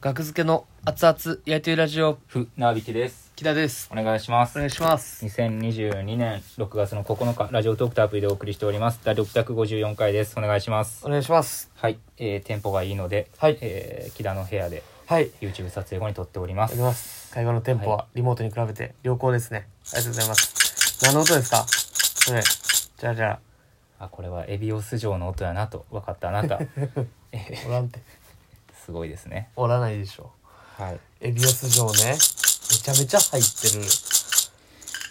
学付けの熱々焼いてるラジオふなびきです木田ですお願いしまおす願いします2022年6月の9日ラジオトークとアプリでお送りしております第654回ですお願いしますお願いしますはい、えー、テンポがいいので、はいえー木田の部屋ではいあ YouTube 撮影後に撮っておりまりすます会話のテンポははリモートに比べて良好ですねありがとうございます何の音ですかそれじゃあじゃあこれはエビオス城の音やなと分かったあな たえあおらんてーすごいですねおらないでしょはいエビオス城ねめちゃめちゃ入ってる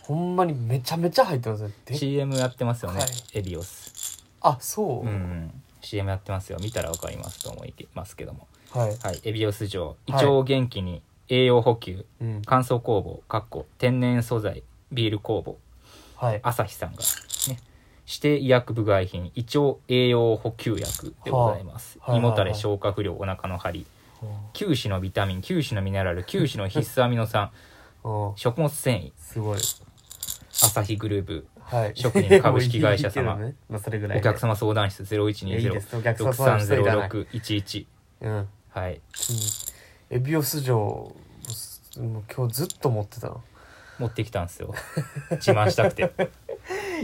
ほんまにめちゃめちゃ入ってますねで CM やってますよね、はいエビオスあそう、うん CM やってますよ見たら分かりますと思いますけどもはい、はいエビオス城胃はい腸を元気に栄養補給うん、乾燥工房かっこ天然素材ビール工房はい朝日さんがね指定医薬部外品胃腸栄養補給薬でございます、はあはい胃はいはいもたれ消化不良お腹の張り9種のビタミン9種のミネラル9種の必須アミ ノ酸うん食物繊維すごい朝日グループはい食品株式会社様 もういいけどねまあ、それぐらいおで客様相談室いやいいですお客様相談室いらない0120630611うんはいエビオス城もうもう今日ずっと持ってたの持ってきたんですよ自慢した くて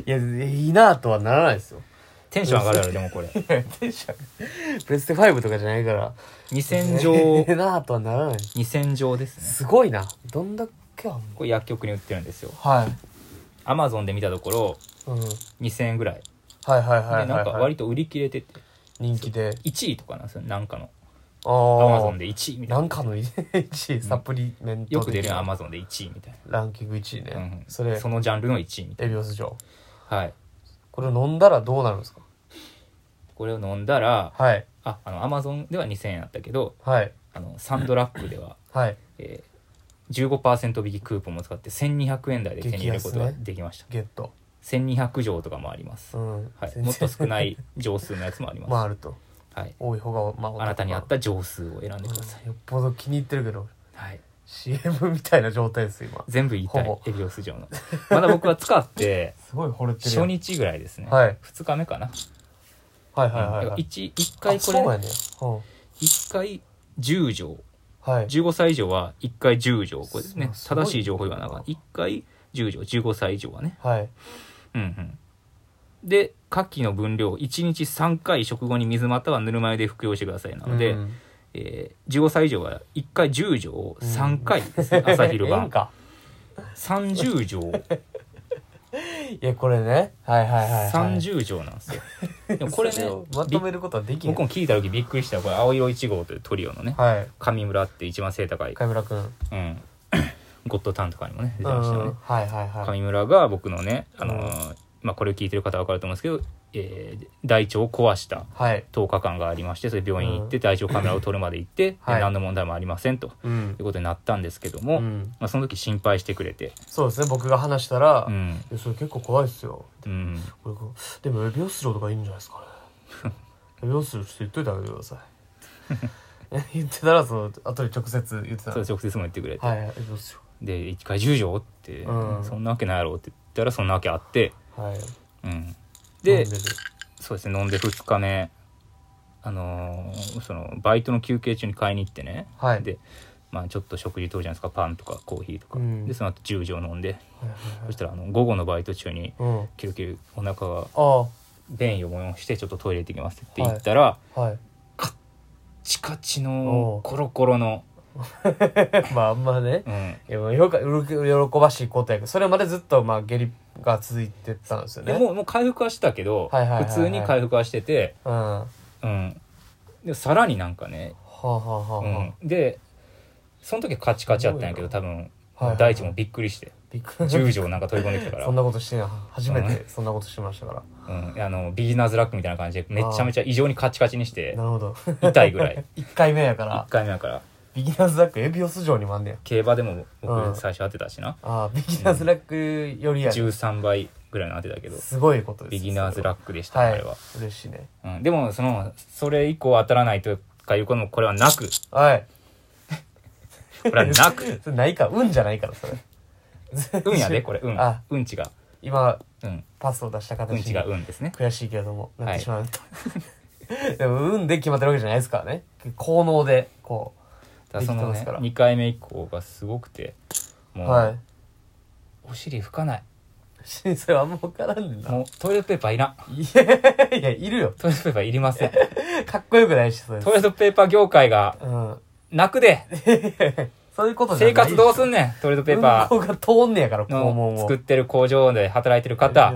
いやいいなとはならないですよテンション上がるやろでもこれプレステ5とかじゃないから2000いい錠なとはならない2000錠ですねすごいなどんだけあんのこれ薬局に売ってるんですよはい、アマゾンで見たところうん、はい2000円ぐらいはいはいではいなんかはい、割と売り切れてて人気で1位とかなんですよなんかのあアあマゾンで1位みたいななんかの1位サプリメント的なよく出るアマゾンで1位みたいランキング1位ね、な、うん、それそのジャンルの1位みたいエビオス城なはいこれ飲んだらどうなるんですかこれを飲んだらはいああのアマゾンでは2000円あったけどはいあのサンドラップでは、はいえー、15%引きクーポンも使って1200円台で手に入れることが激安ねできました、ゲット1200錠とかもあります、うん、はい、全然もっと少ない錠数のやつもありま す、まああるとはい、多い方がまあお得あなたに合った錠数を選んでください、うんよっぽど気に入ってるけどはい CM みたいな状態です今全部言いたいほぼエビオス錠のまだ僕は使 ってすごい惚れてる初やん日ぐらいですね、はい2日目かな、はいうんはいはいはい 1, 回こあそうれ、やね、ね、うん1回10錠はい15歳以上は1回10錠これねすごい正しい情報がなかった1回10錠15歳以上はねはいうんうんで牡蠣の分量1日3回食後に水またはぬるま湯で服用してくださいなので、うんえー15歳以上は1回10錠を3回ですね、朝 昼ええん晩か30錠いやこれねはいはいはい、はい、 30錠なん ですよでもこれそねをまとめることはできない僕も聞いた時びっくりしたこれ青色1号というトリオのねはい上村って一番背高い、貝村君うんうん、 ゴッドタンとかにもね出てましたよねはいはいはい上村が僕のね、あのーまあ、これを聞いてる方は分かると思うんですけど、えー大腸を壊したはい10日間がありましてそれ病院行って大腸カメラを取るまで 行って、はい何の問題もありませんとうんいうことになったんですけどうも、んまあ、その時心配してくれて、そうですね僕が話したら、ういんやそれ結構怖いっすようん、これこうでもエビオスロとかいいんじゃないですかね エビオスロちょっと言っといてあげてくだ さいえ言ってたらその後で直接言ってたそれ直接も言ってくれて、はいエビオスで1回10錠って、うんそんなわけないやろって言ったらそんなわけあって、ロはいうん、飲でんるそうですね飲んで2日目あのーそのバイトの休憩中に買いに行ってね、はいで、まあ、ちょっと食事とるじゃないですかパンとかコーヒーとか、うんでその後10錠飲んではいはいはそいしたらあの午後のバイト中にうんキルキルお腹があ便意を催してちょっとトイレ行ってきますって言ったら、あはい チカチおのうコロコロの、まああんまねうん、いやまあよか喜ばしいことやけどそれまでずっとまあ下痢が続いてたんですよでねもうもう回復はしてたけど、はいはいはいはい普通に回復はしてて、うんはうん、でさらになんかね、あはあはあうはん、でその時カチカチやったんやけどす多分あはい大地もびっくりしてびっくり10錠なんか飛び込んできたか らそんなことしてない初めうてそんなことしましたからうん、あのビギナーズラックみたいな感じでめちゃめちゃ異常にカチカチにしてなるほど痛い ぐらい1回目やか1ら回目だからビギナーズラックエビオス城にもあんねや競馬でもう僕ん最初当てたしな、ああビギナーズラックよりやね13倍ぐらいの当てたけどすごいことですビギナーズラッククでした、はあいれは、嬉しいねうん、でもそのそれ以降当たらないとかいうこともこれはなくはいこれはなく それないか運じゃないからそれ 運やでこれ運あうんちが今うんパスを出した形うんちにが運ですね悔しいけれどもなってしま うと、でも運で決まってるわけじゃないですからね効能でこだからそのできてますねから2回目以降がすごくてもう、はい お尻拭かない新生はあんま分からんねんなもうトイレットペーパー いらんいやいやいるよトイレットペーパーいりませんかっこよくないしそれトイレットペーパー業界がうん泣くでそういうことじゃな生い活どうすんねんトイレットペーパうんこが通んねやからー肛門のを作ってる工場で働いてる方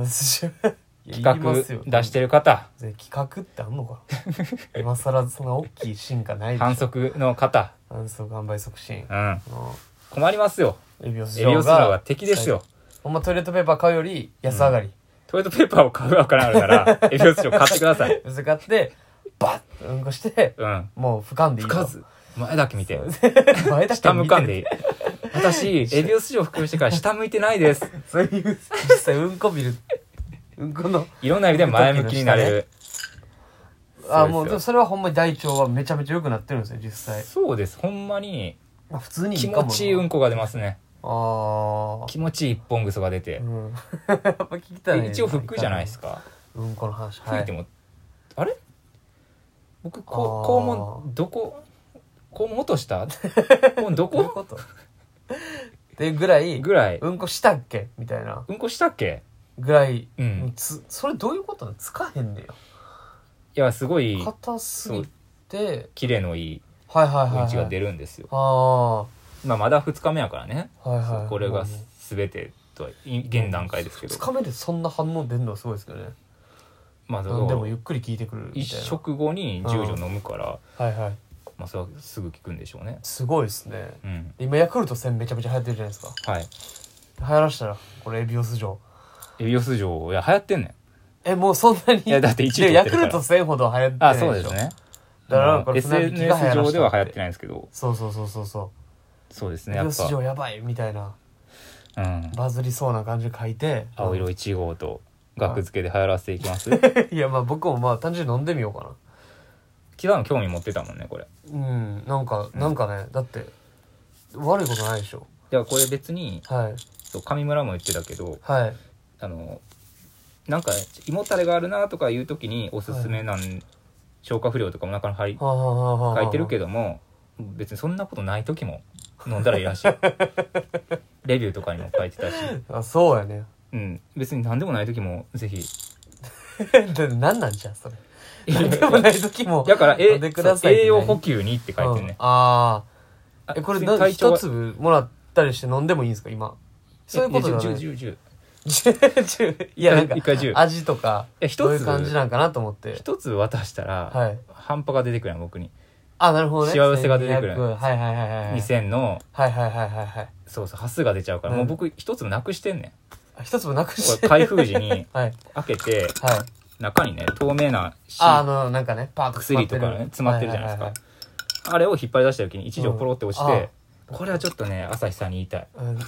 企画出してるる方企画ってあんのか な今更そんな大きい進化ないでしょ反則の方反則販売促進うんう困りますよんエビオスエビオスラは敵ですよほんまトイレットペーパー買うより安上がりトイレットペーパーを買うわからんあるから エビオスラ買ってください薄買ってバッとうんこしてうんもう俯瞰でいい吹よかず前だけ見て 前だけ下向かん見てでいい私 エビオス城服用してから下向いてないですそういう実際うんこ見るうんこのいろんな意味で前向きになれるあそうですよもうでもそれはほんまに大腸はめちゃめちゃ良くなってるんですよ実際、そうですほんまにまあ、普通にい気いか持もちいいうんこが出ますねあ気持ちいい一本ぐそが出あてうんやっぱ聞きたいでね一応服じゃないですかうんこの話は吹いていも、あれ僕あこーう肛門どこ肛門落とした肛門どどう いうこことっていうぐらいぐらいうんこしたっけみたいなうんこしたっけぐらい、うんつそれどういうことなのつかへんねいやすごいや硬すぎて綺麗のいいはいはいはい、うんちはがい、出るんですよ、ああはまあ、まだ2日目やからねいはいこれが全てとは現段階ですけど2、日目でそんな反応出るのはすごいですけどねまあ、だか何でもらゆっくり聞いてくるみたいな一食後に10錠飲むから、はいはいまあ、それはすぐ効くんでしょうねすごいですねうん今ヤクルト1000めちゃめちゃ流行ってるじゃないですかはい流行らしたらこれエビオス城エビオス錠いや流行ってんねんえもうそんなにいやだって一位で取ヤってるクかルらト1000ほど流行ってないあでしょそうですねだからこれうん船引きが流行ら SNS したって上では流行ってないんですけどそうそうそうそうそそうですう、ねエやビオっス城ぱ、やばいみたいなうん、バズりそうな感じで書いて青色1号と額付けで流行らせていきま すいやまあ僕もまあ単純に飲んでみようか北野興味持ってたもんねこれなうんなんかなんかねだって悪いことないでしょいやこれ別にはいそう上村も言ってたけどはいあのなんか胃もたれがあるなとかいう時におすすめなん、消化不良とかも中に入りはあはあはあはあ書いてるけども別にそんなことない時も飲んだらいいらし いレビューとかにも書いてたし、あそうやね うん、別に何でもない時もぜひで何なんじゃんそれ何でもない時もだか飲らえんでくださいっそうて栄何養補給にって書いてるねうん、あああえこれ普通なに体調一は粒もらったりして飲んでもいいんですか今そういうことじゃないや10 10 10 10いやなんか一回10味とかえ一つどういう感じなんかなと思って一つ渡したら、はい半端が出てくるやん僕にあなるほどね幸せが出てくる1200はいはいはいはいはい2000のはいはいはいはいはいそうそう端数が出ちゃうから、うんもう僕一粒なくしてんねんあ一粒なくこしてれ開封時に はい開けてはい中にね透明なシああのなんかねパーッと薬とかね詰まってるじゃないですか、はあれを引っ張り出した時に一錠ポロって落ちて、うんあこれはちょっとね朝日さんに言いたいはいはいは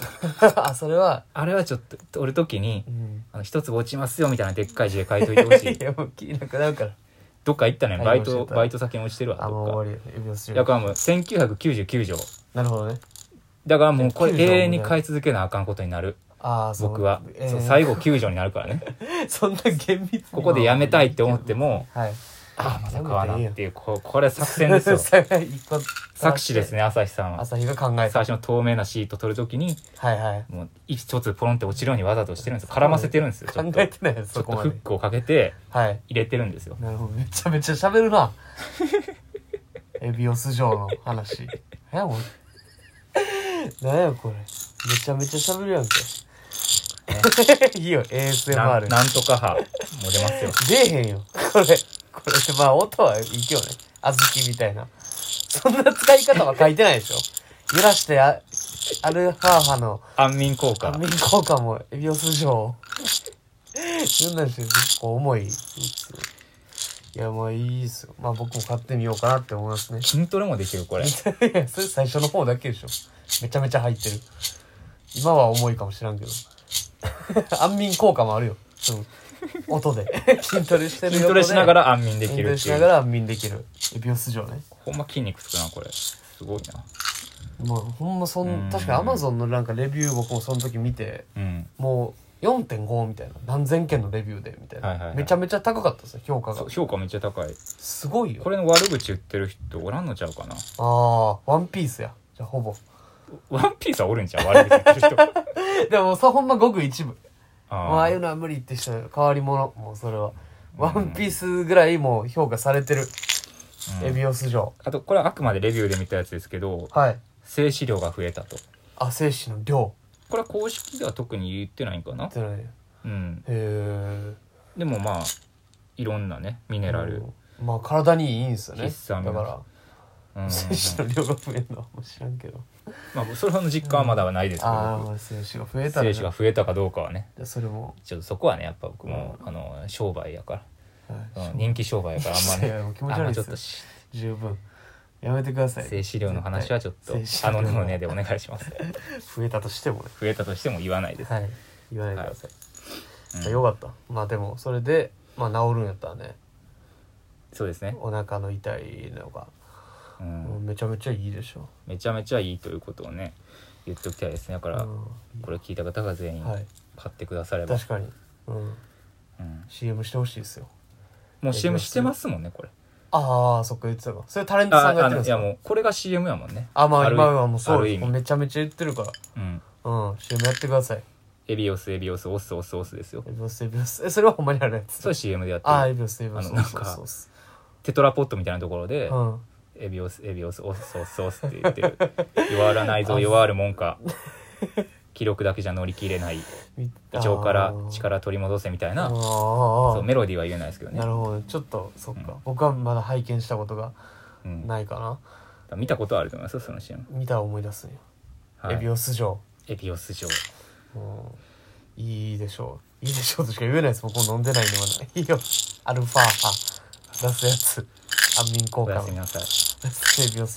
いうん あそれはあれはちょっと取る時にうんあの一粒落ちますよみたいなでっかい字で書いといてほ しいいやもう気なくなるからどっか行ったねはいバイ教えトたバイト先に落ちてるわあもうどっか終わりよエビオスだからもう1999錠なるほどねだからもうこれ19錠もね永遠に買い続けなあかんことになるああそう僕は、えーそう最後9錠になるからね そんな厳密にここでやめたいって思ってもはいああまさかはなっていうここれ 作戦 ですよ一個作詞ですね朝日さんは朝日が考えた最初の透明なシート取る時にはいはいもう一つポロンって落ちるようにわざとしてるんですよ絡ませてるんですよち考ょっとえてないよちょそっとこまフでックをかけてはい入れてるんですよなるほどめちゃめちゃ喋る なエビオス城の話何やもう何やこれめちゃめちゃ喋る やんけいいよなん ASMR なんとか派も出ますよ出えへんよこれこれまあ音はいいよね小豆みたいなそんな使い方は書いてないでしょ揺らしてあアルファーハの安眠効果仮眠効果もエビオス城そんなんして結構重いいやまあいいっすよまあ僕も買ってみようかなって思いますね 筋トレもできるこれいやそれ最初の方だけでしょめちゃめちゃ入ってる今は重いかもしらんけど 安眠効果もあるよその音で 筋トレしてる筋トレしながらら安眠でき筋トるレってしいながうら安眠できるエビオス城ねほんま筋肉つくなこれすごいなまあほんまそうんん確かにアマゾンのなんかレビュー僕もその時見てうんもう4.5みたいな何千件のレビューでみたいな、はいはいはいめちゃめちゃ高かったですね評価がそう評価めっちゃ高いすごいよこれの悪口言ってる人おらんのちゃうかあなあワンピースやじゃあほぼ ワンピースはおるんちゃう悪口言ってる人でもさほんまごく一部もうあああいうーのは無理って人変わり者もうそれはワンピースぐらいもう評価されてる、うんエビオス城あとこれはあくまでレビューで見たやつですけどはい静止量が増えたとあ精子の量これは公式では特に言ってないんかなってないへうんえでもまあいろんなねミネラル、まあ体にいいんですよね必須アだミノかうんら精子の量が増えるのはもう知らんけどまあ、それほどの実感はまだはないですけど、ああまあ精子が増えたらね精子が増えたかどうかはねじゃあそれもちょっとそこはねやっぱ僕も、あの商売やからはいうん人気商売やからあんまいやいやもねう気持ち悪いあんまっすちょよっとし十分やめてください静止量の話はちょっと絶あ対のねのねで静止量お願いします増えたとしてもね増えたとしても言わないです、はい言わないでください、うんじゃあよかったまあでもそれでまあ治るんやったらねそうですね、お腹の痛いのが、う、もうんめちゃめちゃいいでしょめちゃめちゃいいということをね言っときたいですねだから、うんこれ聞いた方が全員は買いってくだされば、確かに、うん、うん、 CM してほしいですよもう CM してますもんねこれああそっか言ってたかそれタレントさあんがやっあてるんでのいすやかもうこれが CM やもんねあまある今はもうそうある意です味めちゃめちゃ言ってるからうんうん、CM やってください。エビオスエビオスオスオスオスですよエビオス、エビオス。え、それはほんまにあるやつ。それ CM でやってああ、エるビオス、エビオス。あのなんかそうそうそテトラポットみたいなところでううん。 「エビオスエビオスオスオスオス」って言ってる「弱らないぞ弱るもんか」「記録だけじゃ乗り切れない」み「胃腸からあ力取り戻せ」みたいーあなーそうメロディーは言えないですけどねな、るほど。ちょっと、そっか、うん僕はまだ拝見したことがうん、ないかな。見たことはあると思いますよその CM、見たら思い出すんよ。はい、エビオス城。エビオス城うんいいでしょう。いいでしょうとしか言えないです。僕も飲んでないんでまだ。いいよ。アルファ波出すやつ。安眠効お果やのすみなさいエビオス